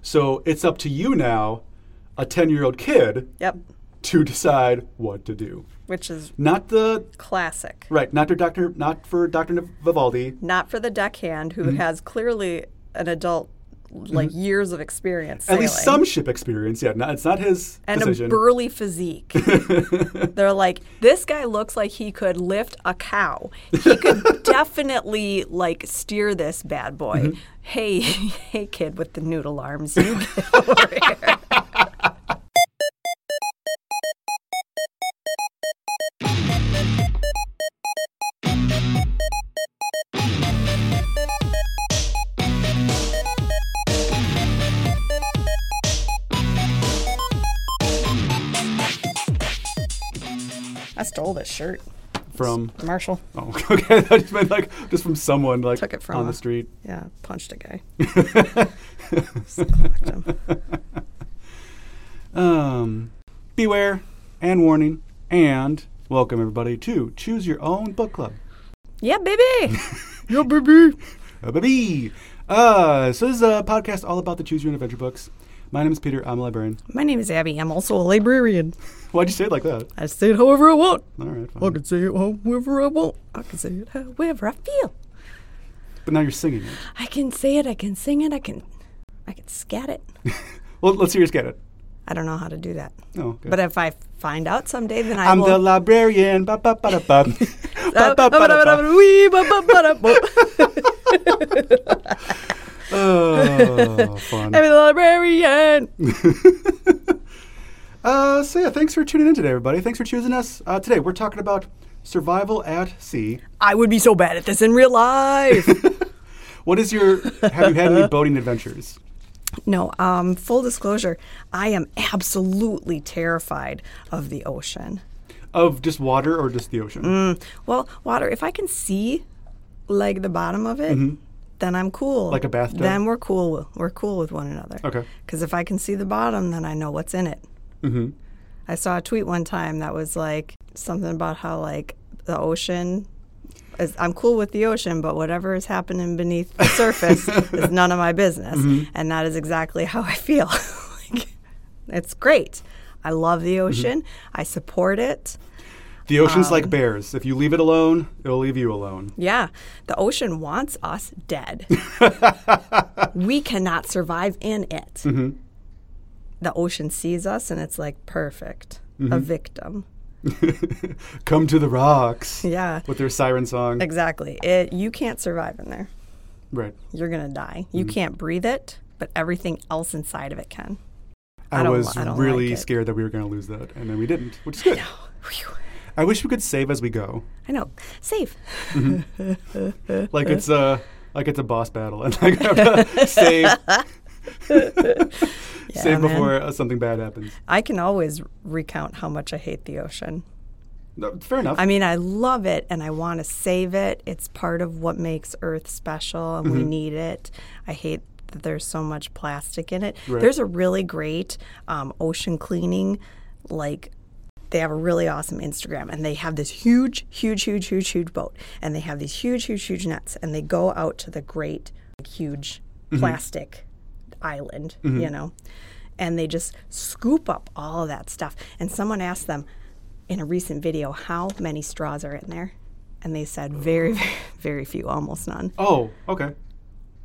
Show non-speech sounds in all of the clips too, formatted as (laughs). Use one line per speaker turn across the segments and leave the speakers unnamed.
So it's up to you now, a 10 year old kid,
Yep.
to decide what to do.
Which is
Not the
classic.
right, not for Doctor, not for Doctor Vivaldi.
Not for the deckhand
Mm-hmm.
who has clearly an adult, like years of experience.
At least
sailing.
some ship experience. Yeah, not, it's not his
and
decision.
a
(laughs)
burly physique. They're like, this guy looks like he could lift a cow.
(laughs)
He could definitely like steer this bad boy.
Mm-hmm.
Hey, (laughs) hey, kid with the noodle
(laughs)
arms, you (laughs) get over here. I stole this shirt,
from
Marshall.
oh, (laughs) okay, I just meant like just from someone like
Took it from
on the
a-
street.
Yeah, punched a
(laughs)
guy. Just clocked him.
Um, beware and warning and welcome everybody to Choose Your Own Book Club. (laughs)
Yeah, baby.
Yo, baby. baby. Uh, so this is a podcast all about the Choose Your Own Adventure books. My name is Peter. I'm a librarian.
My name is Abby. I'm also a librarian.
Why'd you say it like that?
I say it however I want.
All right, fine.
I can say it however I want. I can say it however I feel.
But now you're singing it.
I can say it. I can sing it. I can, I can scat it.
Well, let's hear you get it.
I don't know how to do that.
Oh, okay.
But if I find out someday, then I
I'm
will.
the librarian. Ba ba ba da (laughs) ba.
(laughs)
Ba ba ba da ba.
I'm
(laughs) Oh, fun.
the librarian.
Uh, so yeah, thanks for tuning in today, everybody. Thanks for choosing us. Uh, today we're talking about survival at sea.
I would be so bad at this in real life.
What is your? Have you had (laughs) any boating adventures?
no, um, full disclosure, I am absolutely terrified of the ocean.
Of just water or just the ocean?
Well, water, if I can see like the bottom of it, then I'm cool.
Mm-hmm. Like a bathtub?
Then we're cool. We're cool with one another.
Okay.
Because if I can see the bottom, then I know what's in it. Mm-hmm. I saw a tweet one time that was like something about how like the ocean. Is, I'm cool with the ocean, but whatever is happening beneath
(laughs)
the surface is none of my business,
Mm-hmm.
and that is exactly how I feel. (laughs) like, it's great. I love
Mm-hmm.
the ocean. I support it.
The ocean's like bears. If you leave it alone, it'll leave you alone.
Yeah, the ocean wants us dead. we cannot survive in it. The ocean sees us and it's like, perfect, a victim.
Come to the rocks.
Yeah,
With their siren song.
exactly. It, you can't survive in there.
right.
You're going to die. You can't breathe it, but everything else inside of it can. (sighs)
I,
I don't
was
li- I don't
really
like it.
scared that we were going to lose that, and then we didn't, which is good.
Phew.
I wish we could save as we go,
I know. Save.
like it's a like it's a boss battle, and like I have
(laughs)
to save
Yeah,
save
man.
before uh, something bad happens.
I can always recount how much I hate the ocean.
No, fair enough.
I mean, I love it and I want to save it. It's part of what makes Earth special and we need it. I hate that there's so much plastic in it. There's a really great um, ocean cleaning, like, they have a really awesome Instagram and they have this huge, huge, huge, huge, huge boat and they have these huge, huge, huge nets and they go out to the great, like, huge
Mm-hmm.
plastic island, you know, and they just scoop up all of that stuff. And someone asked them in a recent video how many straws are in there, and they said very, very, very few, almost none.
oh, okay.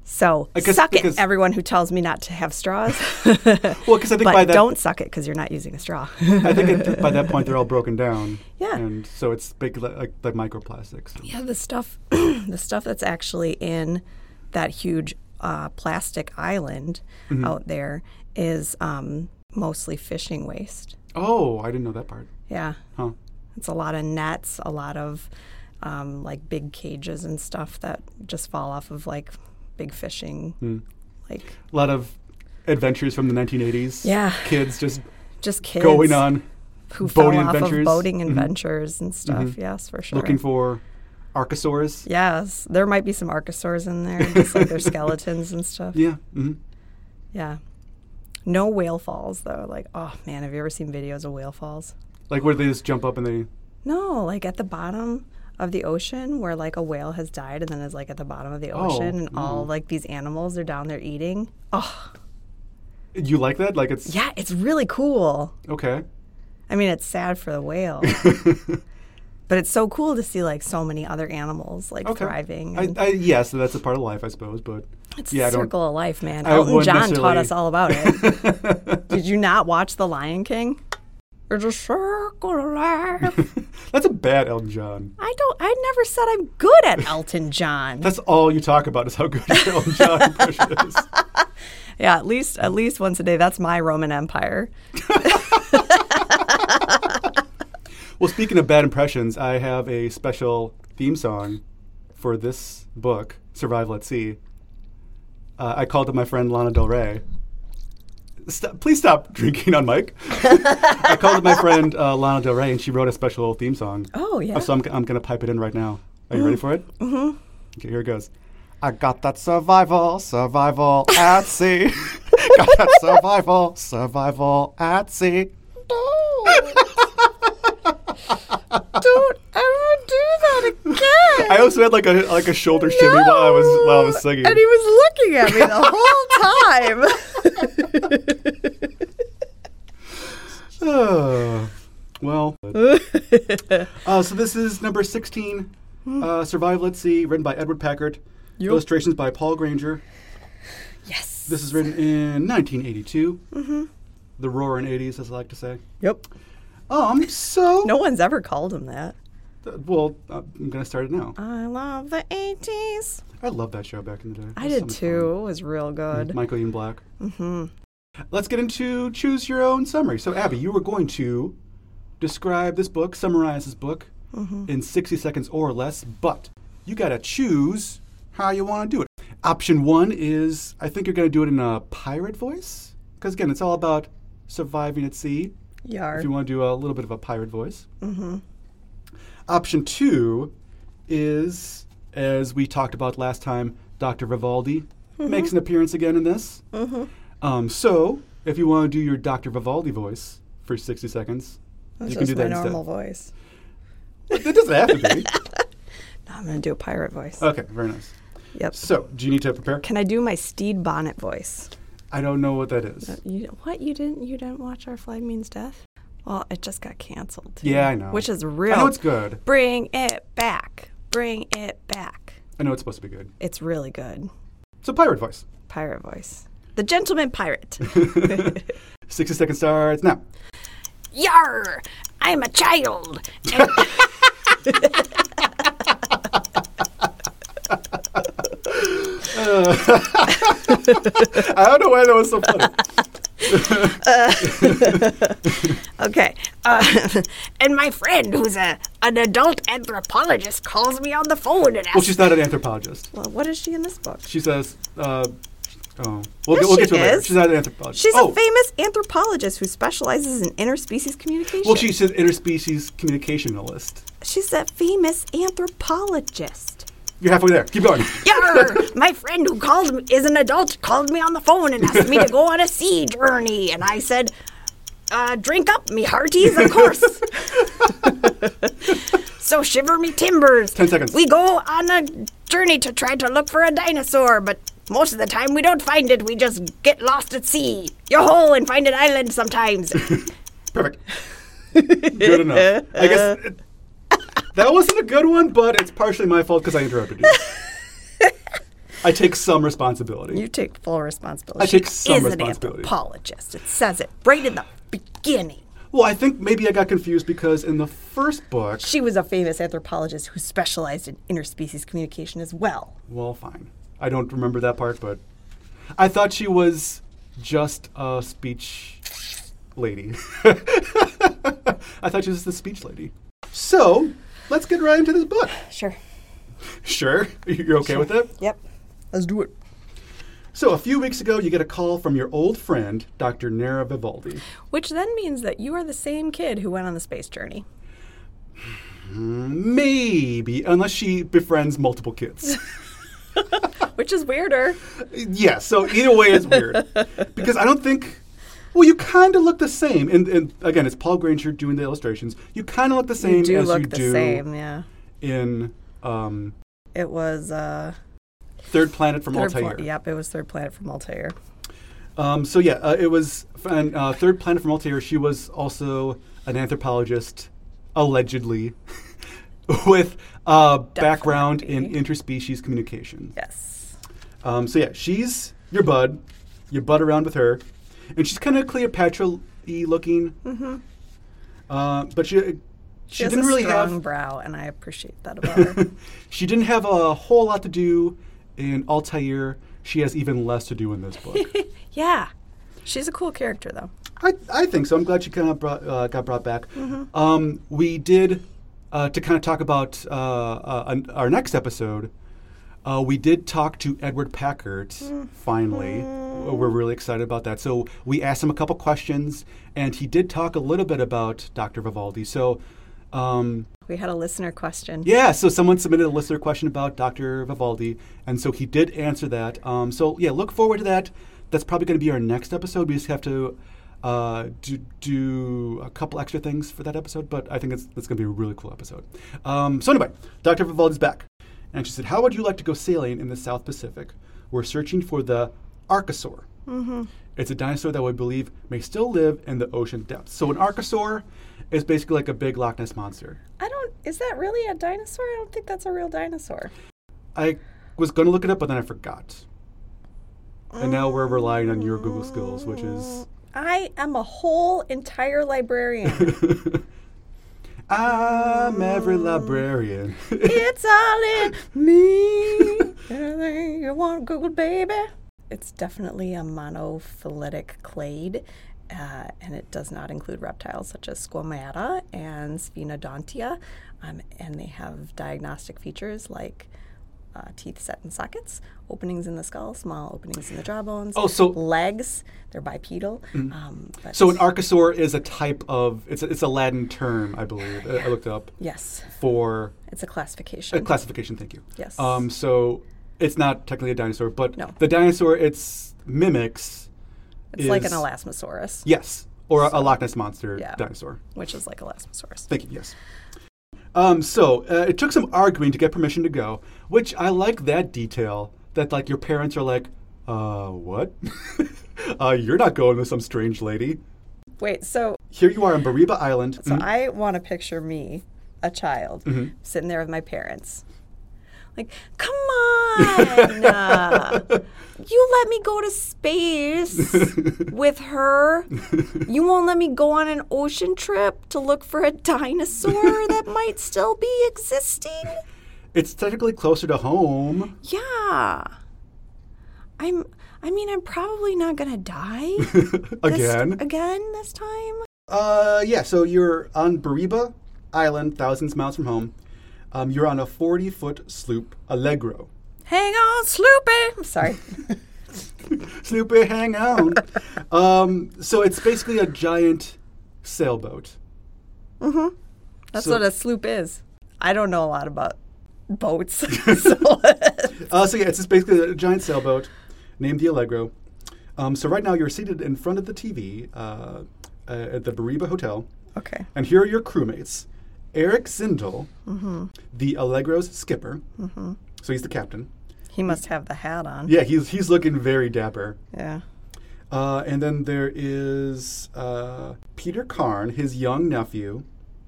So
guess
suck
because-
it, everyone who tells me not to
(laughs)
have straws,
Well, because I think by
but
that
don't suck it because you're not using a straw. (laughs)
I think it, by that point they're all broken down.
Yeah.
And so it's big li- like like microplastics.
Yeah, the stuff, (clears throat) the stuff that's actually in that huge uh, plastic island
Mm-hmm.
out there is um, mostly fishing waste.
Oh, I didn't know that part.
Yeah,
Huh.
it's a lot of nets, a lot of um, like big cages and stuff that just fall off of like big fishing,
Mm.
like
A lot of adventures from the 1980s.
Yeah.
Kids just
just kids
going on,
who
boating
fell off
adventures. Mm-hmm.
of boating adventures and stuff. Yes, for sure.
looking for archosaurs.
Yes, there might be some archosaurs in there, just
(laughs)
like their skeletons and stuff.
Yeah. hmm
Yeah. No whale falls though. Like, oh man, have you ever seen videos of whale falls?
Like where they just jump up and they.
No, like at the bottom of the ocean where like a whale has died and then
mm.
is like at the bottom of the ocean and all like these animals are down there eating. Oh.
You like that? Like it's
Yeah, it's really cool.
okay.
I mean, it's sad for
(laughs)
the whale, but it's so cool to see like so many other animals like
Okay.
thriving.
I,
And
I, yeah, so that's a part of life, I suppose. But
it's
(laughs) yeah, I
a
don't-
circle of life, man.
I
Elton
wouldn't
John taught
necessarily-
us all about
(laughs)
it. Did you not watch The Lion King? There's a circle of life.
(laughs) that's a bad Elton John.
I don't. I never said I'm good at Elton John.
That's all you talk about is how good your Elton John impression is.
(laughs) yeah, at least at least once a day. That's my Roman Empire.
Well, speaking of bad impressions, I have a special theme song for this book, Survival at Sea. Uh, I called up my friend Lana Del Rey. Stop, please stop (laughs) drinking on mic. I called up my friend uh, Lana Del Rey, and she wrote a special theme song.
Oh yeah.
So I'm, g- I'm going to pipe it in right now. Are you ready for it? Mm-hmm. Okay, here it goes. I got that survival, survival at sea. (laughs) got that survival, survival at sea.
(laughs) don't ever do that again.
I also had like a like a shoulder shimmy while I was while I was singing.
And he was looking at me the
(laughs)
whole time.
Oh, (sighs) (laughs) well, uh, so this is number sixteen, uh, "Survival at Sea," written by Edward Packard, illustrations by Paul Granger.
yes.
This is written in 1982. Mm-hmm. The roaring '80s, as I like to say.
Yep.
Um, so
No one's ever called him that.
Uh, well, uh, I'm gonna start it now.
I love the 80s.
I love that show back in the day.
I
It was
did
so much
too. It was real
fun.
good.
Michael Ian Black. Mm-hmm. Let's get into choose your own summary. So, Abby, you were going to describe this book, summarize this book
Mm-hmm.
in 60 seconds or less, but you gotta choose how you want to do it. Option one is I think you're gonna do it in a pirate voice, because again, it's all about surviving at sea.
Yar.
If you want to do a little bit of a pirate voice. Mm-hmm. Option two is, as we talked about last time, Dr. Vivaldi
Mm-hmm.
makes an appearance again in this. Mm-hmm. Um, so, if you want to do your Dr. Vivaldi voice for 60 seconds,
That's
you can do
just my
that instead.
normal voice.
It doesn't have to be.
(laughs) No, I'm going to do a pirate voice.
okay, very nice.
yep.
So, do you need to prepare?
Can I do my Steed Bonnet voice?
I don't know Uh, what that is.
You, what you didn't you didn't watch Our Flag Means Death? Well, it just got canceled. too.
Yeah, I know.
Which
I
is real.
know it's good.
Bring it back. Bring it back.
I know it's supposed to be good.
It's really good.
So, pirate voice.
Pirate voice. The gentleman pirate.
60 seconds starts now.
Yar! I'm a child. And-
I don't know why that was so
(laughs)
funny.
okay. Uh, (laughs) and my friend, who's a an adult anthropologist, calls me on the phone and
well,
asks,
she's not an anthropologist.
well, "What is she in this book?"
She says, uh, oh, we'll,
Yes,
get, we'll
she
get to it later.
is.
She's not an anthropologist.
She's
oh,
a famous anthropologist who specializes in interspecies communication.
well, she's an interspecies communicationalist.
She's a famous anthropologist.
You're halfway there. Keep going.
Yar! My friend who called me, is an adult called me on the phone and asked me to go on a sea journey, and I said, uh, "Drink up, me hearties, of course." (laughs) so shiver me timbers.
Ten seconds.
We go on a journey to try to look for a dinosaur, but most of the time we don't find it. We just get lost at sea. Yo ho, and find an island sometimes.
Perfect. Good enough. I
(laughs)
guess it- that wasn't a good one, but it's partially my fault because I interrupted you.
(laughs)
I take some responsibility.
You take full responsibility.
I take
She
some
is
responsibility.
an anthropologist. It says it right in the beginning.
well, I think maybe I got confused because in the first book,
She was a famous anthropologist who specialized in interspecies communication as well.
well, fine. I don't remember that part, but I thought she was just a speech lady. (laughs) I thought she was the speech lady. So, let's get right into this book.
Sure.
Sure. You're okay with it?
Yep. Let's do it.
So, a few weeks ago, you get a call from your old friend, Dr. Nara Vivaldi.
Which then means that you are the same kid who went on the space journey.
Maybe, unless she befriends multiple kids.
Which is weirder.
yeah, so either way, it's
(laughs)
weird. because I don't think. Well, you kind of look the same. And, and again, it's Paul Granger doing the illustrations. You kind of look the same
do
as
look
you
the
do
same, yeah.
in um,
It was uh
Third Planet from
third
Altair.
pla- yep, it was third planet from Altair.
Um, so yeah, uh, it was and, uh, Third Planet from Altair. She was also an anthropologist, allegedly, (laughs) with uh, background in interspecies communication.
Yes.
Um, so yeah, she's your bud. You bud around with her, and she's kind of Cleopatra-y looking. Mm-hmm. Uh, but she she,
She, has
didn't
a
really
strong
have
brow, and I appreciate that about
(laughs)
her.
she didn't have a whole lot to do in Altair. She has even less to do in this book.
yeah. She's a cool character, though.
I, I think so. I'm glad she kind of brought, uh, got brought back. Um, we did uh, to kind of talk about uh, uh, an, our next episode. Uh, we did talk to Edward Packard finally. Uh, We're really excited about that. So we asked him a couple questions, and he did talk a little bit about Dr. Vivaldi. So um,
We had a listener question.
yeah, so someone submitted a listener question about Dr. Vivaldi, and so he did answer that. Um, so yeah, look forward to that. That's probably going to be our next episode. We just have to uh, do, do a couple extra things for that episode, but I think it's, it's going to be a really cool episode. Um, so anyway, Dr. Vivaldi's back, and she said, "How would you like to go sailing in the South Pacific? We're searching for the archosaur." It's a dinosaur that we believe may still live in the ocean depths. So an archosaur is basically like a big Loch Ness monster.
I don't. Is that really a dinosaur? I don't think that's a real dinosaur.
I was going to look it up, but then I forgot. And now we're relying on your Google skills, which
(laughs)
is
I am a whole entire
(laughs)
librarian.
I'm every librarian.
it's all in (laughs) me. Everything you want, Google baby. It's definitely a monophyletic clade, uh, and it does not include reptiles such as Squamata and Sphenodontia, um, and they have diagnostic features like. Uh, teeth set in sockets, openings in the skull, small openings in the jawbones.
(laughs) Oh, so- Mm-hmm.
legs. They're bipedal. Um, but
so an archosaur is a type of it's a, it's a Latin term, I believe. I, I looked it up
yes,
for
it's a classification.
a classification. Thank you.
Yes.
Um. So it's not technically a dinosaur, but
No.
the dinosaur it's mimics.
it's like an
is-
elasmosaurus,
Yes, or a, a Loch Ness monster
Yeah.
dinosaur.
which is like elasmosaurus.
Thank you. Yes. Um, so uh, it took some arguing to get permission to go, which I like that detail. That like your parents are like, uh, what? (laughs) uh, you're not going with some strange lady.
Wait, so
Here you are on Bariba Island.
So I want to picture me, a child,
Mm-hmm.
sitting there with my parents. Like, come on! uh, you let me go
(laughs)
to space with her. You won't let me go on an ocean trip to look for a
(laughs)
dinosaur that might still be existing?
It's technically closer to home.
Yeah. I'm. I mean, I'm probably not gonna die this-
(laughs) Again.
again this time.
Uh, yeah. So you're on Bariba Island, thousands of miles from home. Um, you're on a 40 foot sloop, Allegro.
Hang on, Sloopy.
(laughs)
I'm sorry.
Snoopy, hang on. um, so it's basically a giant sailboat.
That's
So-
what a sloop is. I don't know a lot about
(laughs)
boats. (laughs) so
Uh, so yeah, it's just basically a giant sailboat named the Allegro. Um, so right now you're seated in front of the TV uh, uh, at the Bariba Hotel,
okay.
and here are your crewmates: Eric Zindel, the Allegro's skipper. So he's the captain.
He must have the hat on.
Yeah, he's he's looking very dapper.
Yeah.
Uh, and then there is uh, Peter Carn, his young nephew,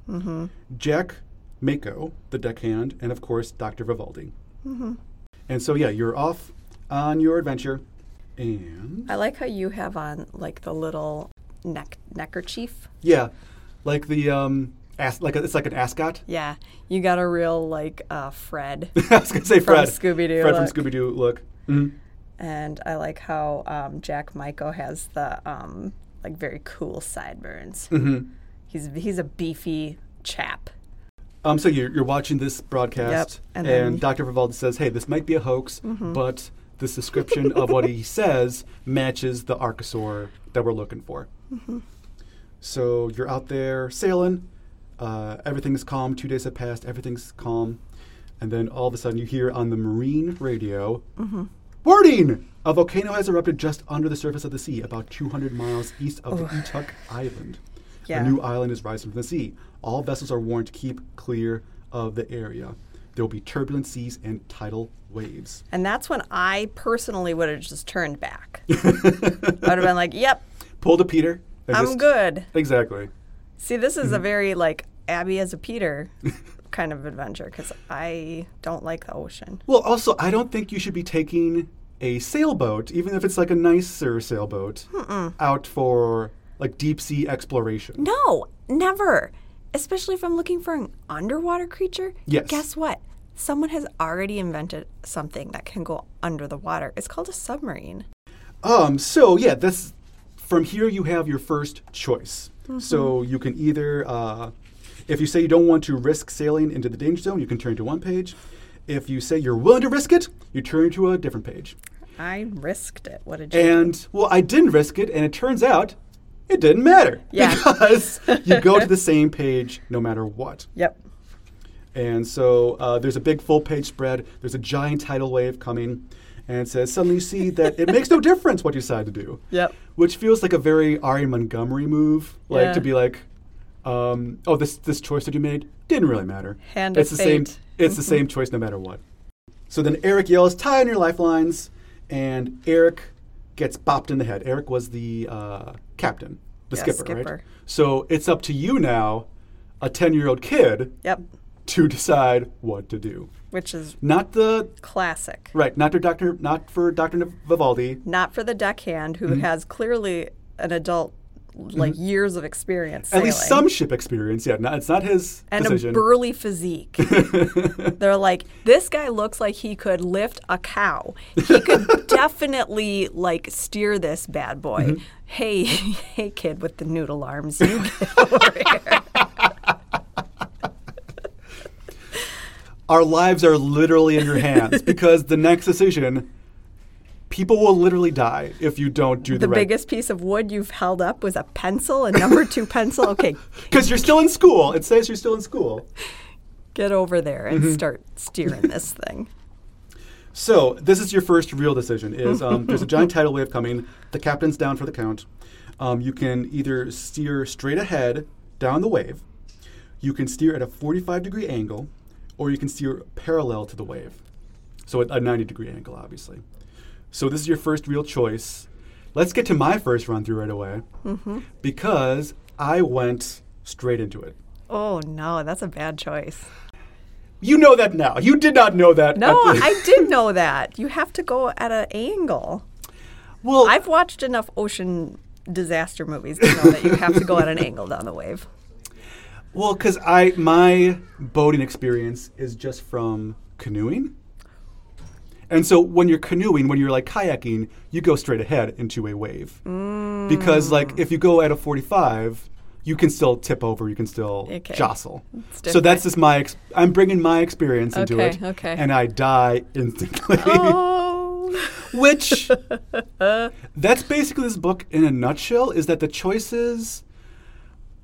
Mm-hmm.
Jack Mako, the deckhand, and of course, Dr. Vivaldi.
Mm-hmm.
And so, yeah, you're off on your adventure. And
I like how you have on like the little neck neckerchief.
yeah, like the, um, as- like a, it's like an ascot. (laughs)
Yeah. You got a real like uh, Fred.
I was going to say Fred.
Scooby-Doo
Fred
look.
from Scooby Doo, look. Mhm.
and I like how um, Jack Michael has the um, like very cool sideburns.
Mm-hmm.
He's he's a beefy chap.
Um, so you're, you're watching this broadcast,
Yep,
and,
and then- Mm-hmm.
Dr. Vivaldi says, "Hey, this might be a hoax, but this description of what
(laughs)
he says matches the archosaur that we're looking for." So you're out there sailing. Uh, everything's calm. Two days have passed. Everything's calm, and then all of a sudden, you hear on the marine radio,
Mm-hmm.
"Warning! A volcano has erupted just under the surface of the sea, about 200 miles east of the Etuck Island.
Yeah.
A new island is rising from the sea. All vessels are warned to keep clear of the area. There will be turbulent seas and tidal waves.
And that's when I personally would have just
(laughs)
turned back. I would have been like, yep,
Pulled a Peter. and
I'm
just- Mm-hmm.
good.
Exactly.
See, this is a very like Abby as
(laughs)
a Peter kind of adventure because I don't like the ocean.
Well, also, I don't think you should be taking a sailboat, even if it's like a nicer sailboat, out for like deep sea exploration.
No, never. Especially if I'm looking for an underwater creature.
Yes.
Guess what? Someone has already invented something that can go under the water. It's called a submarine.
Um. So yeah, that's from here. You have your first choice. So you can either, uh, if you say you don't want to risk sailing into the danger zone, you can turn to one page. If you say you're willing to risk it, you turn to a different page.
I risked it. What did you?
And well, I didn't risk it, and it turns out it didn't matter (laughs)
Yeah.
because you go to the same page no matter what.
Yep.
And so uh, there's a big full page spread. There's a giant tidal wave coming, and it says suddenly you see that it
(laughs)
makes no difference what you decide to do.
Yep.
Which feels like a very Ari Montgomery move, like
Yeah.
to be like, um, oh, this this choice that you made didn't really matter.
Hand of
it's the same.
fate.
It's the
(laughs)
same choice no matter what. So then Eric yells, "Tie in your lifelines," and Eric gets bopped in the head. Eric was the uh, captain, the
Yeah,
skipper, right?
skipper.
So it's up to you now, a ten-year-old kid,
Yep.
to decide what to do.
Which is
Not the
classic.
right, not for Doctor, not for Doctor Vivaldi.
Not for the deckhand who
Mm-hmm.
has clearly an adult, like years of experience.
At least
sailing.
some ship experience. Yeah, not, it's not his
and
decision.
a
(laughs)
burly physique. They're like, this guy looks like he could lift a cow. He
(laughs)
could definitely like steer this bad boy.
Mm-hmm.
Hey, (laughs) hey, kid with the noodle arms, you
(laughs)
get over here.
Our lives are literally in your
(laughs)
hands because the next decision, people will literally die if you don't do the,
The
right.
biggest piece of wood you've held up was a pencil, a number two
(laughs)
pencil. Okay,
Because you're still in school. It says you're still in school.
get over there and
Mm-hmm.
start steering this thing.
So this is your first real decision. Is um, there's a
(laughs)
giant tidal wave coming. The captain's down for the count. Um, you can either steer straight ahead down the wave. You can steer at a 45 degree angle, or you can steer parallel to the wave. So at a 90 degree angle, obviously. So this is your first real choice. Let's get to my first run through right away,
Mm-hmm.
because I went straight into it.
Oh no, that's a bad choice.
You know that now. You did not know that.
No,
at the- (laughs)
(laughs) I did know that. You have to go at an angle.
well,
I've watched enough ocean disaster movies to know that you have to go at an angle down
(laughs)
the wave.
Well, because I my boating experience is just from canoeing, and so when you're canoeing, when you're like kayaking, you go straight ahead into a wave
Mm.
because like if you go at a 45, you can still tip over, you can still
Okay.
jostle. So
different.
that's just my ex- I'm bringing my experience into
Okay,
it,
okay.
and I die (laughs) instantly.
Oh, (laughs)
Which that's basically this book in a nutshell is that the choices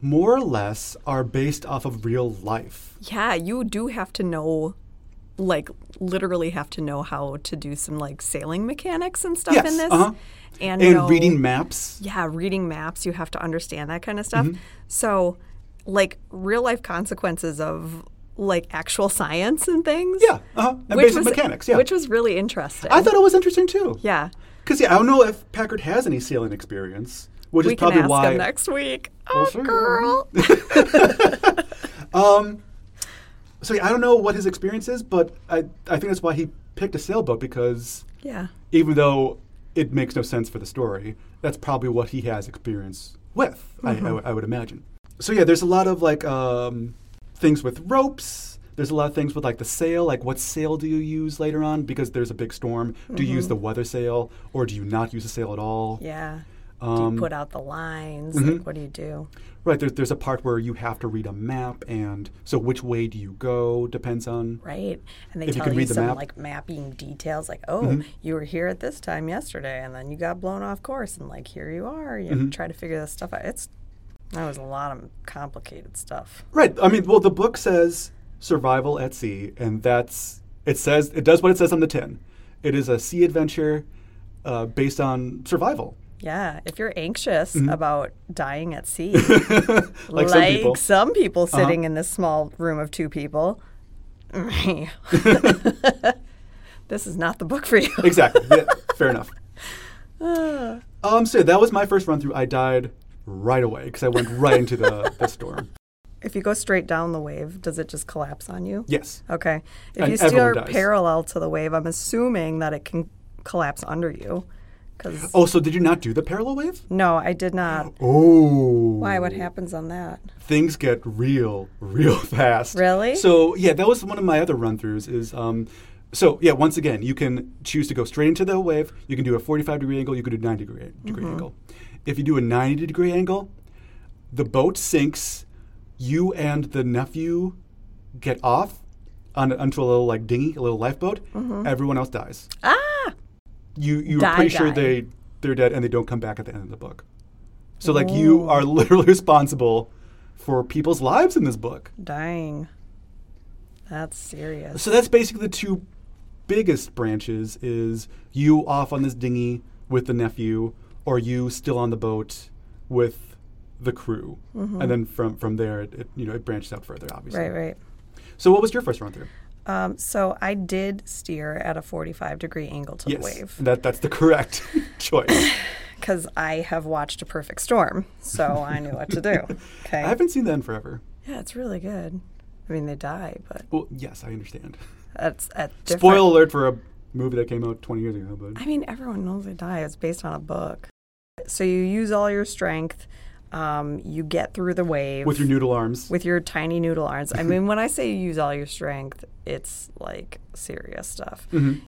more or less are based off of real life.
yeah, you do have to know, like, literally have to know how to do some like sailing mechanics and stuff
Yes,
in this,
uh-huh.
and,
And
know-
reading maps.
Yeah, reading maps, you have to understand that kind of stuff.
Mm-hmm.
So, like, real life consequences of like actual science and things.
Yeah. Uh-huh. And basic mechanics, yeah.
Which was really interesting.
I thought it was interesting too.
yeah.
Cuz yeah, I don't know if Packard has any sailing experience, which
We
is
can
probably
ask
why
him next week.
Well,
Oh,
sure. (laughs)
girl.
So yeah, I don't know what his experience is, but I I think that's why he picked a sailboat because
yeah.
even though it makes no sense for the story, that's probably what he has experience with, I- I, would- I would imagine. So yeah, there's a lot of like um, things with ropes. There's a lot of things with like the sail, like what sail do you use later on because there's a big storm. Do you use the weather sail or do you not use a sail at all?
Yeah. do
Um,
you put out the lines?
mm-hmm.
Like, what do you do?
Right, there, there's a part where you have to read a map and so which way do you go depends on.
Right. And they
If you
tell
can
you,
read the
some
map. Mm-hmm.
like mapping details, like, oh, you were here at this time yesterday, and then you got blown off course, and like, here you are. You
Mm-hmm.
try to figure this stuff out. It's that was a lot of complicated stuff.
Right, I mean, well, the book says survival at sea and that's, it says, it does what it says on the tin. It is a sea adventure uh, based on survival.
Yeah. If you're anxious
Mm-hmm.
about dying at sea,
(laughs) like some people. Uh-huh. (laughs)
some people (laughs) sitting in this small room of two people, this is not the book for you. (laughs)
Exactly. Yeah, fair enough. Um, so that was my first run through. I died right away because I went right into the, the storm.
If you go straight down the wave, does it just collapse on you?
Yes.
Okay. If
And
you still
everyone
are
dies.
parallel to the wave, I'm assuming that it can collapse under you. Because
Oh, so did you not do the parallel wave?
no, I did not.
Oh.
Why? What happens on that?
things get real, real (laughs) fast.
Really?
So yeah, that was one of my other run throughs. Is um, so yeah. Once again, you can choose to go straight into the wave. You can do a 45 degree angle. You can do 90 degree, degree angle. If you do a 90 degree angle, the boat sinks. You and the nephew get off on onto a little like dinghy, a little lifeboat. Everyone else dies. Ah. You you are
Mm-hmm. Die,
pretty sure
die.
they they're dead and they don't come back at the end of the book. So like you are (laughs) literally responsible for people's lives in this book.
Dying. That's serious.
So that's basically the two biggest branches is you off on this dinghy with the nephew or you still on the boat with the crew. And then from from there it, it, you know it branches out further obviously.
Mm-hmm. Right, right.
So what was your first run through?
Um, so I did steer at a 45 degree angle to
Yes.
the wave.
That that's the correct
(laughs)
choice.
because I have watched A Perfect Storm, so I knew what
(laughs)
to do. Okay.
I haven't seen that in forever.
yeah, it's really good. I mean, they die, but
Well, yes, I understand.
that's at different.
Spoil alert for a movie that came out 20 years ago, but
I mean, everyone knows they die. It's based on a book. So you use all your strength. Um, you get through the wave
with your noodle arms.
with your tiny noodle arms.
(laughs)
I mean, when I say you use all your strength, it's like serious stuff.
Mhm.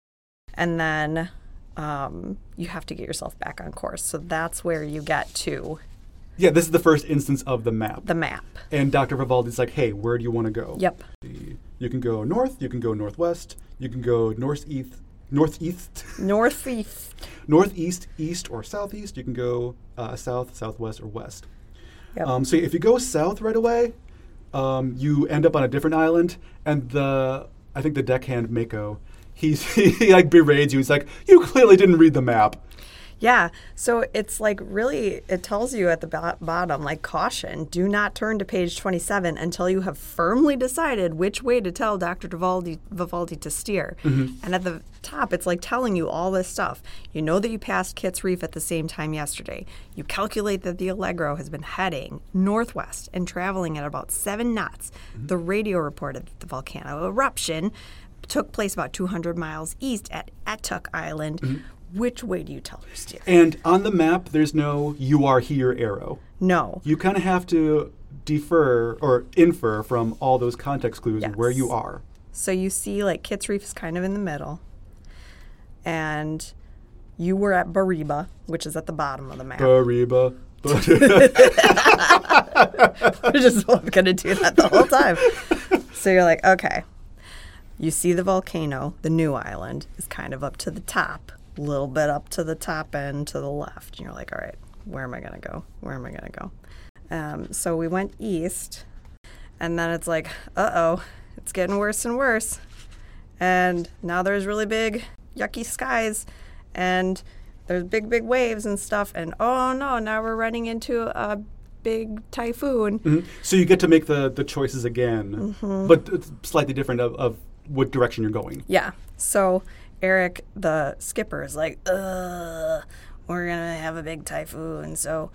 And then um, you have to get yourself back on course. So that's where you get to
Yeah, this is the first instance of the map.
the map.
And Dr. Vivaldi's like, hey, where do you want to go?
Yep.
You can go north, you can go northwest, you can go northeast, northeast, (laughs)
Northeast.
northeast, east, or southeast. You can go uh, south, southwest, or west.
Yep.
Um, so if you go south right away, um, you end up on a different island, and the I think the deckhand Mako, he's, (laughs) he like berates you. He's like, you clearly didn't read the map.
Yeah. So it's like really, it tells you at the bo- bottom, like, caution, do not turn to page 27 until you have firmly decided which way to tell Dr. Vivaldi, Vivaldi to steer. And at the top, it's like telling you all this stuff. You know that you passed Kitts Reef at the same time yesterday. You calculate that the Allegro has been heading northwest and traveling at about seven knots. The radio reported that the volcano eruption took place about 200 miles east at Etuk Island. Which way do you tell your steer?
And on the map, there's no "you are here" arrow.
No.
You kind of have to defer or infer from all those context clues where you
Yes.
are.
So you see, like, Kitts Reef is kind of in the middle. And you were at Bariba, which is at the bottom of the map.
Bariba. (laughs)
(laughs) I just was going to do that the whole time. so you're like, okay. You see the volcano, the new island is kind of up to the top, a little bit up to the top end to the left. And you're like, all right, where am I going to go? Where am I going to go? Um, so we went east, and then it's like, uh oh, it's getting worse and worse. And now there's really big, yucky skies, and there's big, big waves and stuff. And oh no, now we're running into a big typhoon.
so you get to make the, the choices again,
Mm-hmm.
but it's slightly different of, of what direction you're going.
Yeah. So Eric, the skipper, is like, Ugh, we're gonna have a big typhoon, so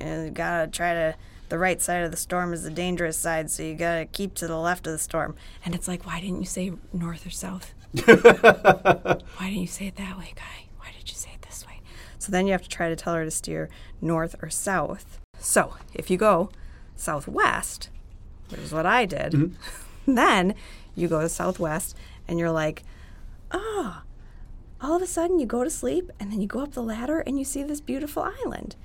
you know, you gotta try to. The right side of the storm is the dangerous side, so you gotta keep to the left of the storm. And it's like, why didn't you say north or south? why didn't you say it that way, guy? Why did you say it this way? So then you have to try to tell her to steer north or south. So if you go southwest, which is what I did, (laughs) then you go to southwest and you're like, "Ah, all of a sudden you go to sleep and then you go up the ladder and you see this beautiful island.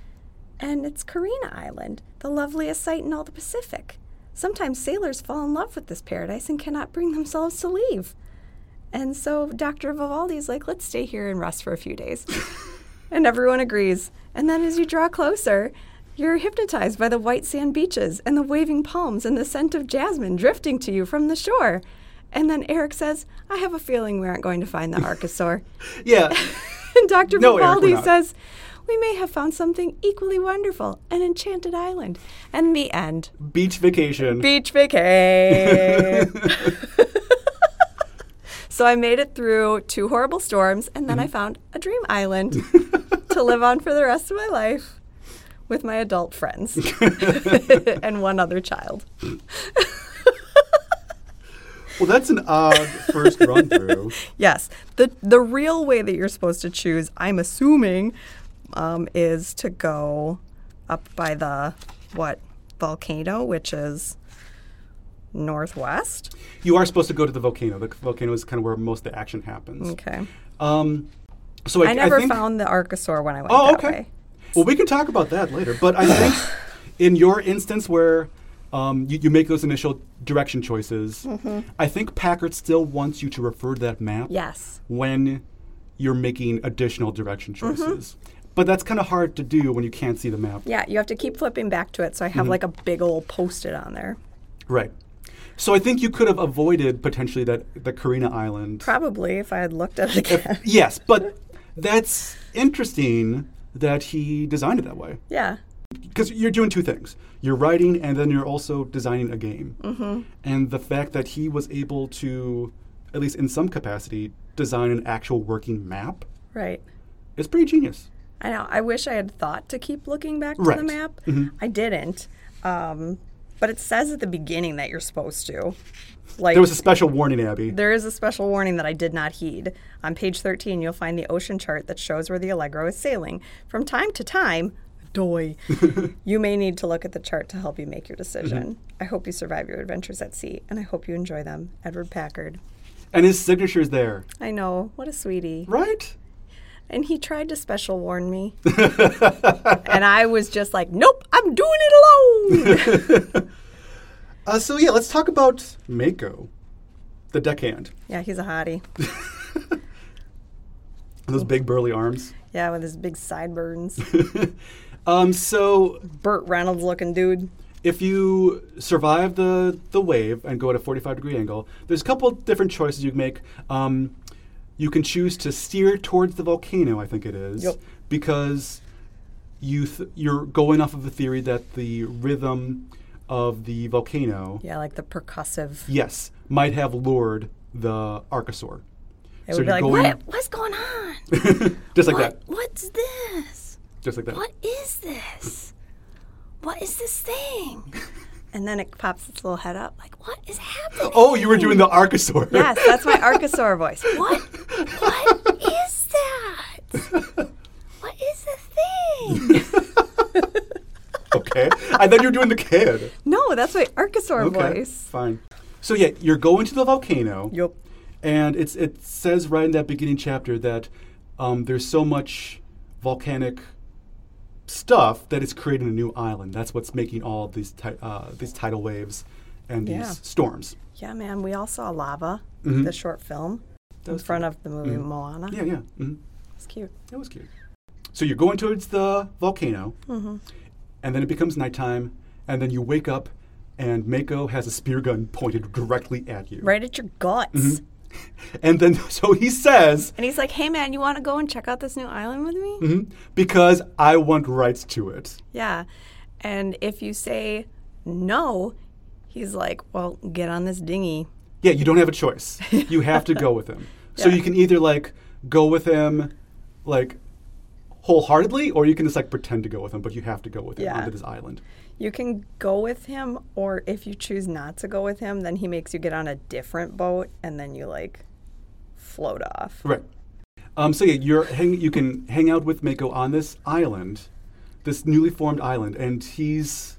And it's Carina Island, the loveliest sight in all the Pacific. Sometimes sailors fall in love with this paradise and cannot bring themselves to leave. And so Dr. Vivaldi is like, let's stay here and rest for a few days. (laughs) and everyone agrees. And then as you draw closer, you're hypnotized by the white sand beaches and the waving palms and the scent of jasmine drifting to you from the shore. And then Eric says, I have a feeling we aren't going to
(laughs)
find the Archosaur. (laughs)
Yeah.
And Dr.
No, Eric, we're
Vivaldi
not.
says, We may have found something equally wonderful an enchanted island. And the end.
Beach vacation.
Beach vacay. (laughs) So I made it through two horrible storms, and then I found a dream island to live on for the rest of my life with my adult friends and one other child.
Well, that's an odd first run through.
Yes, the the real way that you're supposed to choose, I'm assuming, um, is to go up by the what volcano, which is northwest.
(laughs) You are supposed to go to the volcano. The volcano is kind of where most of the action happens.
Okay,
Um, so I,
I never
think,
found the Archosaur when I went
Oh,
that
okay.
way.
Well, we can talk about that later. But I think
(sighs)
in your instance where um, you, you make those initial direction choices,
Mm-hmm.
I think Packard still wants you to refer to that map
Yes.
when you're making additional direction
Mm-hmm.
choices. But that's kind of hard to do when you can't see the map.
Yeah, you have to keep flipping back to it. So I
Mm-hmm.
have like a big old post-it on there.
Right. So I think you could have avoided potentially that the Karina Island.
Probably if I had looked at it again. (laughs)
yes, but that's interesting that he designed it that way.
yeah.
because you're doing two things you're writing and then you're also designing a game and the fact that he was able to at least in some capacity design an actual working map
Right.
is pretty genius
I know. I wish I had thought to keep looking back to
Right. Mm-hmm.
the map. I didn't. Um, but it says at the beginning that you're supposed to. Like
there was a special warning abby
there is a special warning that I did not heed. On page 13, you'll find the ocean chart that shows where the Allegro is sailing. From time to time, doy, you may need to look at the chart to help you make your decision. I hope you survive your adventures at sea, and I hope you enjoy them. Edward Packard.
and his signature's there
I know. What a sweetie.
right
And he tried to special warn me. and I was just like, nope, I'm doing it alone.
uh, so yeah let's talk about mako the deckhand
yeah, he's a hottie.
those big burly arms (laughs)
Yeah, with his big sideburns.
um, so
Burt Reynolds looking dude.
if you survive the the wave and go at a 45 degree angle, there's a couple different choices you can make. Um, you can choose to steer towards the volcano, I think it is,
Yep.
because you th- you're going off of the theory that the rhythm of the volcano,
Yeah, like the percussive.
yes, might have lured the archosaur.
It
So
would be
you're
like,
going-
what, what's going on?
(laughs) Just like that.
What? What's this?
Just like that.
What is this? What is this thing?
(laughs) And then it pops its little head up, like,
What
(laughs)
is happening?
Oh, you were doing the archosaur.
yes, that's my Archosaur (laughs) voice.
What? What is that? What is the thing?
(laughs) okay. I thought you were doing the kid.
No, that's my Archosaur
Okay.
voice.
Fine. So yeah, you're going to the volcano.
Yup.
And it's it says right in that beginning chapter that um, there's so much volcanic stuff that it's creating a new island. That's what's making all of these ti- uh, these tidal waves and these
Yeah.
storms.
Yeah, man, we all saw Lava, the short film, in
was
front of the movie Moana.
Yeah, yeah, hmm
It's cute.
that was cute. So you're going towards the volcano,
Mm-hmm.
and then it becomes nighttime, and then you wake up, and Mako has a spear gun pointed directly at you.
Right at your guts.
And then (laughs) so he says,
And he's like, hey, man, you want to go and check out this new island with me?
"Mhm, because I want rights to it.
Yeah. And if you say no, he's like, well, get on this dinghy.
Yeah, you don't have a choice. You have to go with him.
(laughs)
So
Yeah.
you can either like go with him like wholeheartedly or you can just like pretend to go with him, but you have to go with him
Yeah.
onto this island.
You can go with him, or if you choose not to go with him, then he makes you get on a different boat and then you like float off.
Right. Um, so yeah, you're hang- you can hang out with Mako on this island, this newly formed island, and he's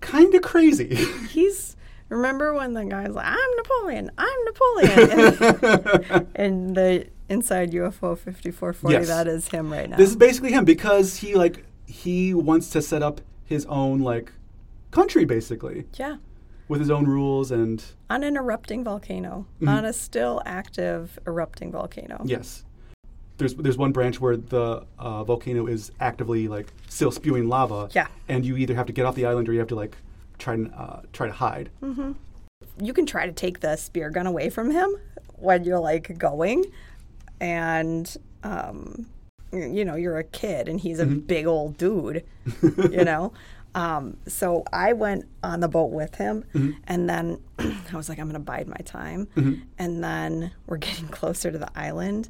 kind of crazy. (laughs)
He's, remember when the guy's like, I'm Napoleon, I'm Napoleon.
(laughs)
(laughs) and, and the inside UFO 5440,
Yes.
that is him right now.
this is basically him because he like he wants to set up his own like country basically
yeah.
with his own rules and
On an erupting volcano,
Mm-hmm.
on a still active erupting volcano.
Yes. There's there's one branch where the uh, volcano is actively like still spewing lava.
Yeah.
And you either have to get off the island or you have to like try and uh, try to hide.
you can try to take the spear gun away from him when you're like going and um y- you know you're a kid and he's a big old dude you know Um, so I went on the boat with him, and then (clears throat) I was like, I'm going to bide my time. And then we're (laughs) getting closer to the island,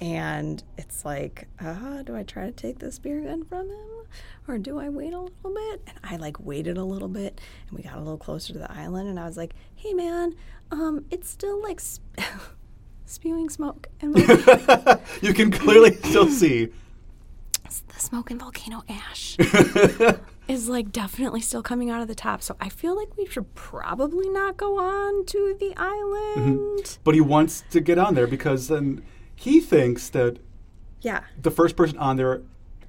and it's like, uh, do I try to take this beer gun from him, or do I wait a little bit? And I like waited a little bit, and we got a little closer to the island, and I was like, Hey man, um, it's still like sp- (laughs) spewing smoke, and my
you can clearly still see.
It's the smoke and volcano
(laughs)
ash is like definitely still coming out of the top. So I feel like we should probably not go on to the
Mm-hmm.
island.
But he wants to get on there because then he thinks that
yeah.
the first person on there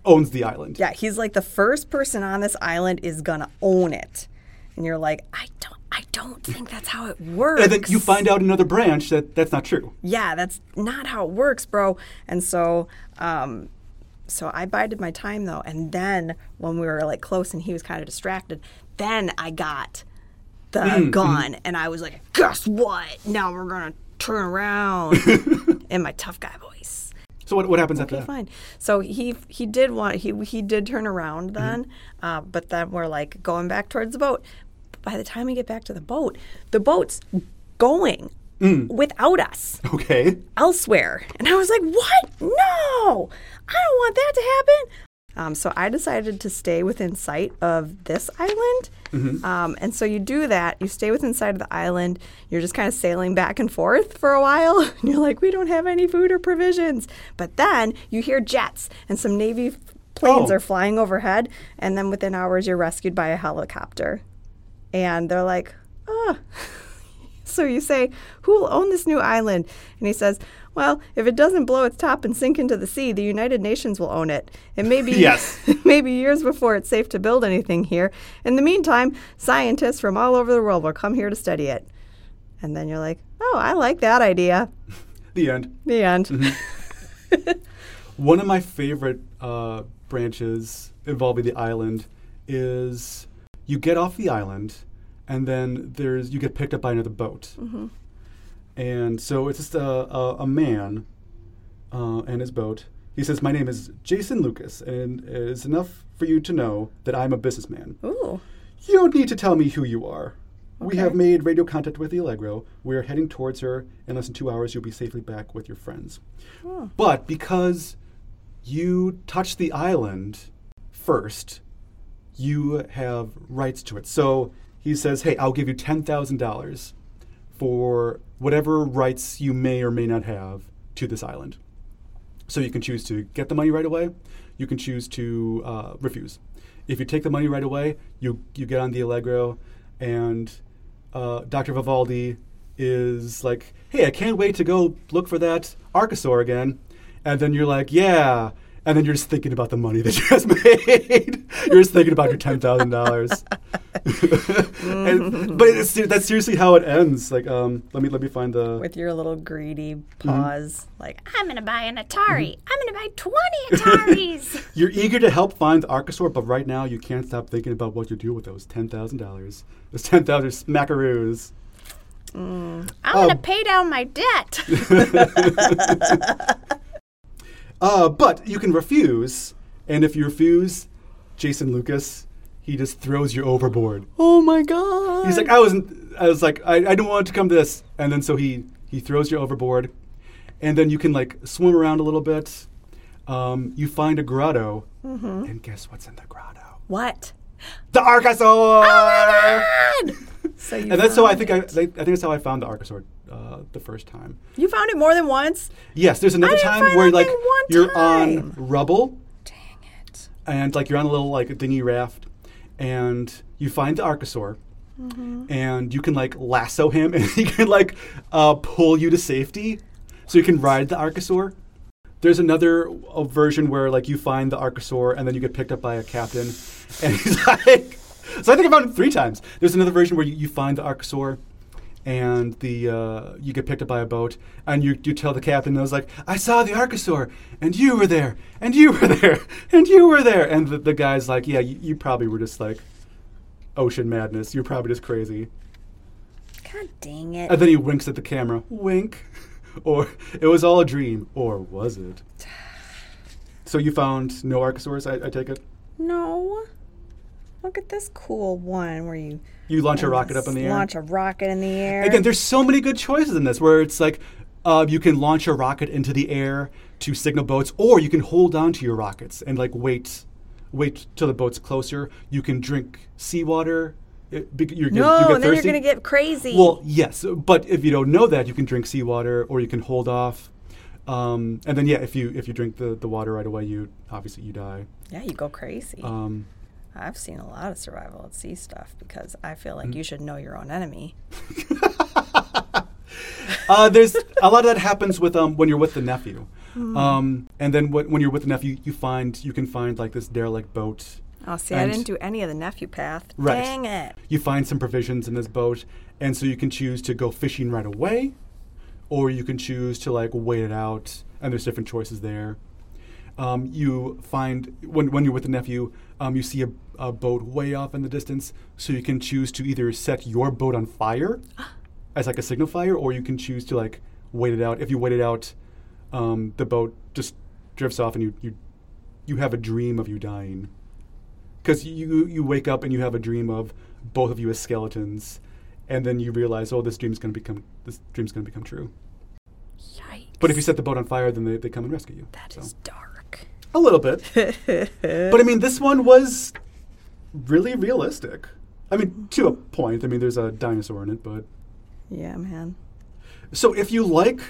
owns the island.
Yeah, he's like the first person on this island is gonna own it, and you're like, I don't, I don't think that's how it works.
And then you find out another branch that that's not true.
yeah, that's not how it works, bro. And so, um, so I bided my time though, and then when we were like close and he was kind of distracted, then I got the gun and I was like, guess what? Now we're gonna turn around in my tough guy voice.
So what, what happens after that?
fine. So he he did want he he did turn around then, uh, but then we're like going back towards the boat. By the time we get back to the boat, the boat's going without us
Okay.
elsewhere, and I was like, "What? No, I don't want that to happen." Um, so I decided to stay within sight of this island, um, and so you do that. You stay within sight of the island. You're just kind of sailing back and forth for a while, (laughs) and you're like, "We don't have any food or provisions." But then you hear jets and some navy f- planes
Oh.
are flying overhead, and then within hours you're rescued by a helicopter, and they're like, "Ah." (laughs) So you say, Who will own this new island? And he says, Well, if it doesn't blow its top and sink into the sea, the United Nations will own it. It may be
Yes.
(laughs) it may be years before it's safe to build anything here. In the meantime, scientists from all over the world will come here to study it. And then you're like, Oh, I like that idea.
The end.
The end.
Mm-hmm. One of my favorite uh, branches involving the island is you get off the island, and then there's you get picked up by another boat, and so it's just a a, a man uh, and his boat. He says, "My name is Jason Lucas, and it is enough for you to know that I'm a businessman.
(laughs) Ooh.
You don't need to tell me who you are." We have made radio contact with the Allegro. We are heading towards her. In less than two hours, you'll be safely back with your friends. But because you touch the island first, you have rights to it. So he says, hey, I'll give you $10,000 for whatever rights you may or may not have to this island. So you can choose to get the money right away, you can choose to uh, refuse. If you take the money right away, you, you get on the Allegro, and uh, Dr. Vivaldi is like, hey, I can't wait to go look for that Archosaur again. And then you're like, yeah. And then you're just thinking about the money (laughs) that you just made. (laughs) you're just thinking about your ten thousand dollars. (laughs) But it's, ser- that's seriously how it ends. Like, um, let me let me find the.
With your little greedy
Mm-hmm.
paws, like,
I'm gonna buy an Atari. I'm gonna buy 20 Ataris.
You're eager to help find the Archosaur, but right now you can't stop thinking about what you do with those ten thousand dollars. Those ten thousand smackaroos.
I'm gonna pay down my debt.
Uh, but you can refuse, and if you refuse, Jason Lucas, he just throws you overboard.
Oh my God.
He's like, I wasn't. I was like, I, I didn't want it to come to this. And then so he he throws you overboard, and then you can like swim around a little bit. Um, you find a grotto, and guess what's in the grotto?
What?
The Archosaur.
So you,
and that's how I think I, I think that's how I found the Archosaur uh, the first time.
you found it more than once?
Yes, there's another
didn't
time
find
where
that
like
thing one
you're
time.
on rubble
Dang it.
and like you're on a little like a dinghy raft and you find the archosaur
Mm-hmm.
and you can like lasso him (laughs) and he can like uh, pull you to safety so you can ride the archosaur there's another uh, version where like you find the archosaur and then you get picked up by a captain (laughs) and he's like (laughs) so i think i found it three times there's another version where you, you find the archosaur and the uh, you get picked up by a boat and you, you tell the captain and I was like I saw the Archosaur and you were there and you were (laughs) there and you were there and the, the guy's like yeah you, you probably were just like ocean madness you're probably just crazy
God dang it.
and then he winks at the camera wink (laughs) or it was all a dream or was it so you found no Archosaurus I, I take it
No. look at this cool one where you
You launch a rocket up in the air.
launch a rocket in the air.
Again, there's so many good choices in this where it's like uh, you can launch a rocket into the air to signal boats, or you can hold on to your rockets and like wait, wait till the boat's closer. You can drink seawater. It- bec- You're, gonna- you
no,
get
then you're
thirsty.
gonna get crazy.
Well, yes, but if you don't know that, you can drink seawater or you can hold off. Um, and then yeah, if you if you drink the, the water right away, you obviously you die.
yeah, you go crazy.
Um,
I've seen a lot of survival at sea stuff because I feel
Mm.
like you should know your own enemy.
uh, there's a lot of that happens with um, when you're with the nephew, um, and then when, when you're with the nephew, you find you can find like this derelict boat.
Oh, see,
And-
I didn't do any of the nephew path.
Right.
Dang it.
You find some provisions in this boat, and so you can choose to go fishing right away, or you can choose to like wait it out. And there's different choices there. Um, you find when when you're with the nephew, um, you see a, a boat way off in the distance, so you can choose to either set your boat on fire as like a signal fire, or you can choose to like wait it out. If you wait it out, um, the boat just drifts off, and you you you have a dream of you dying because you you wake up and you have a dream of both of you as skeletons, and then you realize, oh, this dream's gonna become this dream's gonna become true.
Yikes.
But if you set the boat on fire, then they, they come and rescue you.
that
So,
is dark.
a little
(laughs)
bit. but I mean, this one was really realistic. I mean, to a point. I mean, there's a dinosaur in it, but
Yeah, man.
so if you like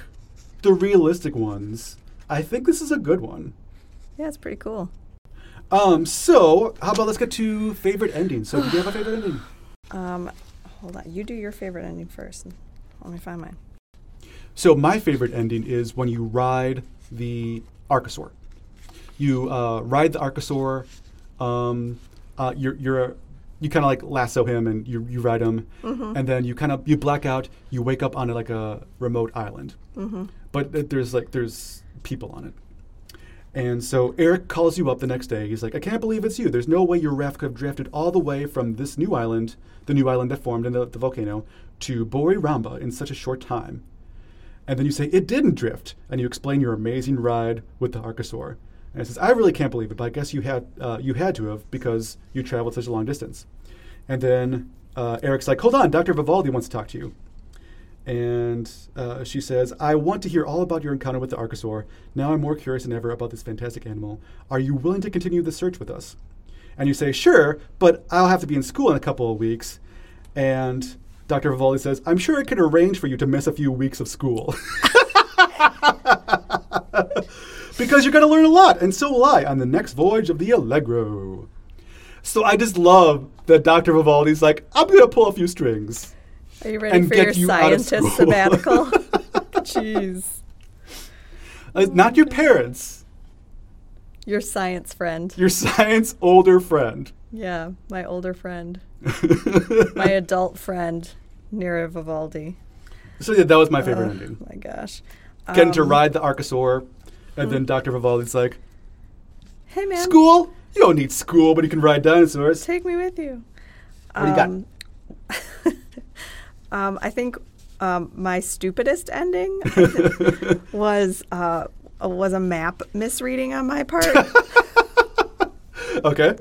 the realistic ones, I think this is a good one.
Yeah, it's pretty cool.
Um, so how about let's get to favorite endings. So do you have a favorite ending?
Um, hold on. You do your favorite ending first. and Let me find mine.
So my favorite ending is when you ride the archosaur. You uh, ride the archosaur. Um, uh, you're you're you kind of like lasso him and you, you ride him, and then you kind of you black out. You wake up on like a remote island, but th- there's like there's people on it. And so Eric calls you up the next day. He's like, I can't believe it's you. There's no way your raft could have drifted all the way from this new island, the new island that formed in the, the volcano, to Bori Ramba in such a short time. And then you say, it didn't drift. And you explain your amazing ride with the Archosaur. And it says, I really can't believe it, but I guess you had, uh, you had to have because you traveled such a long distance. And then uh, Eric's like, hold on, Dr. Vivaldi wants to talk to you. And uh, she says, I want to hear all about your encounter with the Archosaur. Now I'm more curious than ever about this fantastic animal. Are you willing to continue the search with us? And you say, sure, but I'll have to be in school in a couple of weeks. And Dr. Vivaldi says, I'm sure I could arrange for you to miss a few weeks of school. (laughs) because you're going to learn a lot, and so will I on the next voyage of the Allegro. So I just love that Dr. Vivaldi's like, I'm going to pull a few strings.
Are you ready
And
for
get
your
you out of
scientist
school. (laughs)
sabbatical? Jeez.
Uh, not your parents,
Your science friend.
your science older friend.
Yeah, my older friend. my adult friend, Nira Vivaldi.
So yeah, that was my favorite ending.
My gosh. Uh,
Getting to ride the Archosaur, and then Dr. Vivaldi's like,
Hey, man.
school? You don't need school, but you can ride dinosaurs.
Take me with you.
What do you got?
(laughs) Um, I think um, my stupidest ending I
(laughs)
think, was uh, was a map misreading on my
(laughs)
part,
Okay.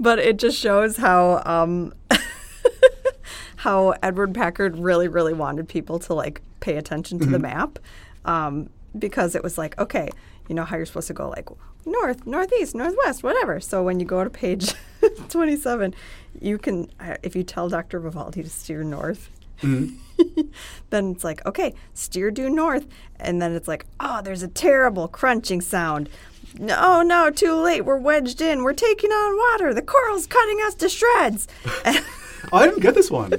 but it just shows how um, (laughs) how Edward Packard really, really wanted people to like pay attention to the map um, because it was like, okay, you know how you're supposed to go like north, northeast, northwest, whatever. So when you go to page (laughs) 27, you can, uh, if you tell Dr. Vivaldi to steer north, (laughs) then it's like, okay, steer due north. And then it's like, oh, there's a terrible crunching sound. No, oh, no, too late. We're wedged in. We're taking on water. The coral's cutting us
(laughs)
to shreds. (laughs)
I didn't get this one.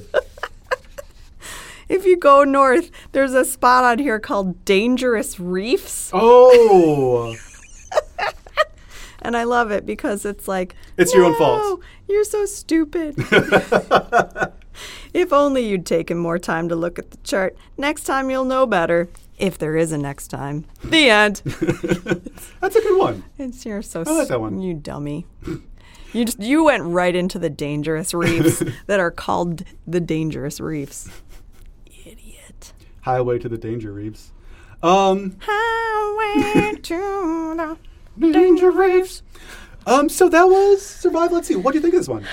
If you go north, there's a spot on here called Dangerous Reefs,
Oh. (laughs)
and I love it because it's like
It's your own fault.
"No, You're so
(laughs)
stupid. (laughs) if only you'd taken more time to look at the chart. Next time you'll know better, if there is a next time. The end.
That's a good one.
it's you're so
like
s-
that one.
you dummy. You just you went right into the
(laughs)
dangerous reefs that are called the dangerous reefs. Idiot.
Highway to the Danger Reefs. Um, (laughs)
Highway to the
danger Reefs. Um, so that was Survive. Let's see. What do you think of this one?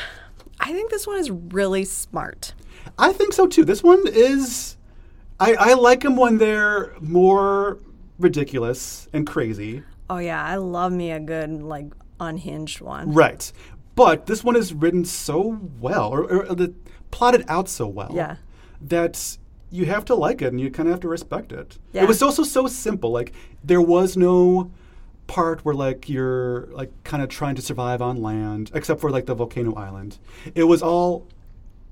I think this one is really smart.
I think so too. This one is, I, I like them when they're more ridiculous and crazy.
Oh yeah, I love me a good like unhinged one.
Right. But this one is written so well, or, or the, plotted out so well,
Yeah.
that you have to like it and you kind of have to respect it.
Yeah.
It was also so simple. Like there was no part where like you're like kind of trying to survive on land, except for like the volcano island. It was all.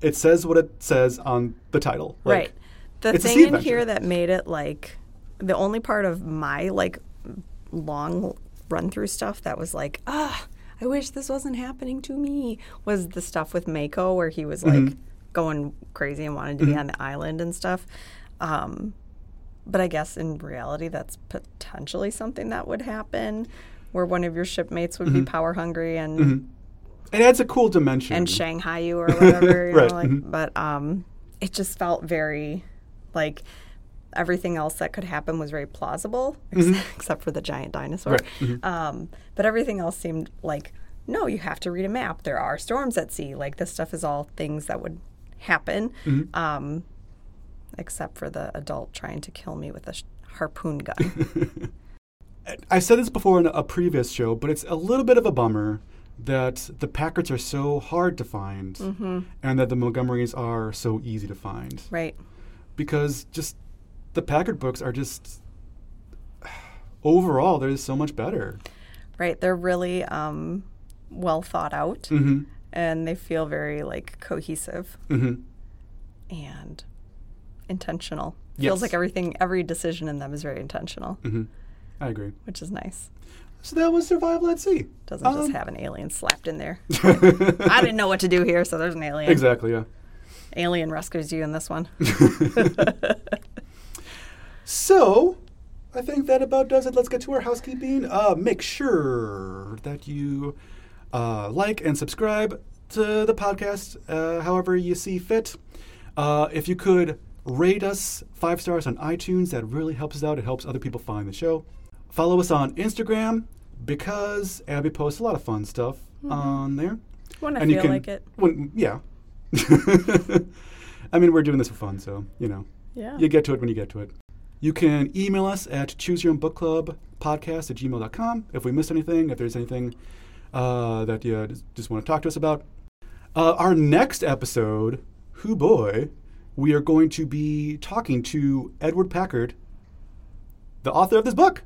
It says what it says on the title. Like,
right. The
it's a
thing
sea
in here
adventure.
that made it like the only part of my like long run through stuff that was like, ah, I wish this wasn't happening to me was the stuff with Mako where he was like
Mm-hmm.
going crazy and wanted to be on the island and stuff. Um, but I guess in reality, that's potentially something that would happen where one of your shipmates
Mm-hmm.
would be power hungry and
It adds a cool dimension.
and Shanghai you
(laughs)
or whatever. You
Mm-hmm. Right, Mm-hmm.
know, like, But um, it just felt very like everything else that could happen was very plausible, ex- (laughs) except for the giant dinosaur.
Mm-hmm. Right, Mm-hmm.
Um, but everything else seemed like no, you have to read a map. There are storms at sea. Like this stuff is all things that would happen.
Mm-hmm.
Um, except for the adult trying to kill me with a sh-
(laughs)
harpoon gun.
I said this before in a previous show, but it's a little bit of a bummer that the Packards are so hard to find
Mm-hmm.
and that the Montgomerys are so easy to find.
right.
Because just the Packard books are just (sighs) overall they're just so much better.
Right. They're really um, well thought out
Mm-hmm.
and they feel very like cohesive and intentional.
Yes. Mm-hmm.
Feels like everything, every decision in them is very intentional,
I agree.
which is nice.
So that was Survival at Sea. Um,
Doesn't just have an alien slapped
(laughs)
in there. I didn't know what to do here, so there's an alien.
Exactly, yeah.
Alien rescues you in
(laughs)
this one.
So, I think that about does it. Let's get to our housekeeping. Uh, make sure that you uh, like and subscribe to the podcast uh, however you see fit. Uh, if you could rate us five stars on iTunes, that really helps us out. It helps other people find the show. Follow us on Instagram because Abby posts a lot of fun stuff on there.
When I
And you
feel
can-
like it.
When, yeah. (laughs) I mean, we're doing this for fun, so, you know.
Yeah.
You get to it when you get to it. You can email us at choose your own book club podcast at gmail.com if we missed anything, if there's anything uh, that you just- just want to talk to us about. Uh, our next episode, who boy, we are going to be talking to Edward Packard, the author of this book,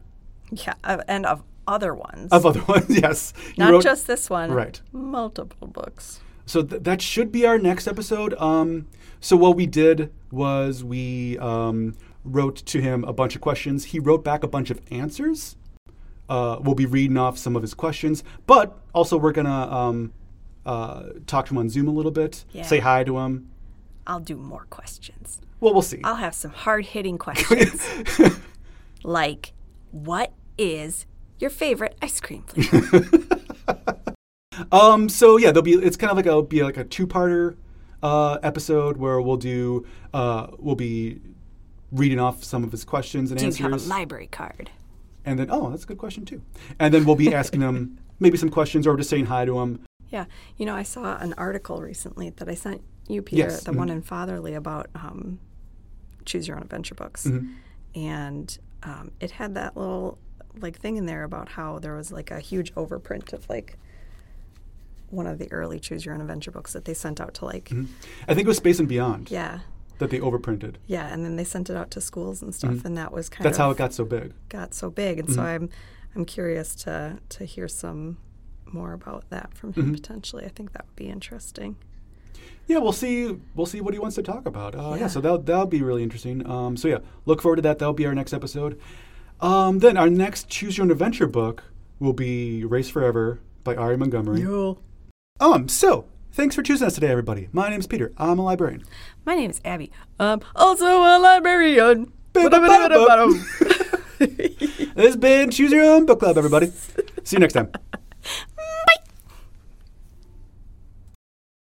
yeah. of- and of other ones.
of other (laughs) ones, yes. He
Not
wrote-
just this one.
Right.
Multiple books.
So th- that should be our next episode. Um, so what we did was we um, wrote to him a bunch of questions. He wrote back a bunch of answers. Uh, we'll be reading off some of his questions, but also we're gonna um, uh, talk to him on Zoom a little bit,
Yeah.
say hi to him.
I'll do more questions.
Well, we'll see. Um,
I'll have some hard hitting questions. like, what is your favorite ice cream flavor?
Um, so yeah, there'll be it's kind of like a it'll be like a two-parter uh, episode where we'll do uh, we'll be reading off some of his questions and
Do you
answers.
have a library card?
And then, oh, that's a good question too. And then we'll be asking them maybe some questions or just saying hi to them.
yeah. You know, I saw an article recently that I sent you, Peter,
Yes,
the one in Fatherly about um, choose your own adventure books. And um, it had that little like thing in there about how there was like a huge overprint of like one of the early choose your own adventure books that they sent out to like
Mm-hmm. I think it was Space and Beyond
yeah
that they overprinted.
yeah and then they sent it out to schools and stuff and that was kind
Mm-hmm. That's
of
how it Mm-hmm. got so big.
got so big, and so I'm I'm curious to to hear some more about that from
Mm-hmm.
him potentially. I think that would be interesting.
Yeah, we'll see. We'll see what he wants to talk about. Uh, yeah.
Yeah.
so that'll that'll be really interesting. Um, so yeah, look forward to that. That'll be our next episode. Um, then our next Choose Your Own Adventure book will be Race Forever by Ari Montgomery. Um, so thanks for choosing us today, everybody. My name's Peter. I'm a librarian.
My name is Abby. I'm also a librarian.
This has been Choose Your Own Book Club, everybody. See you next time.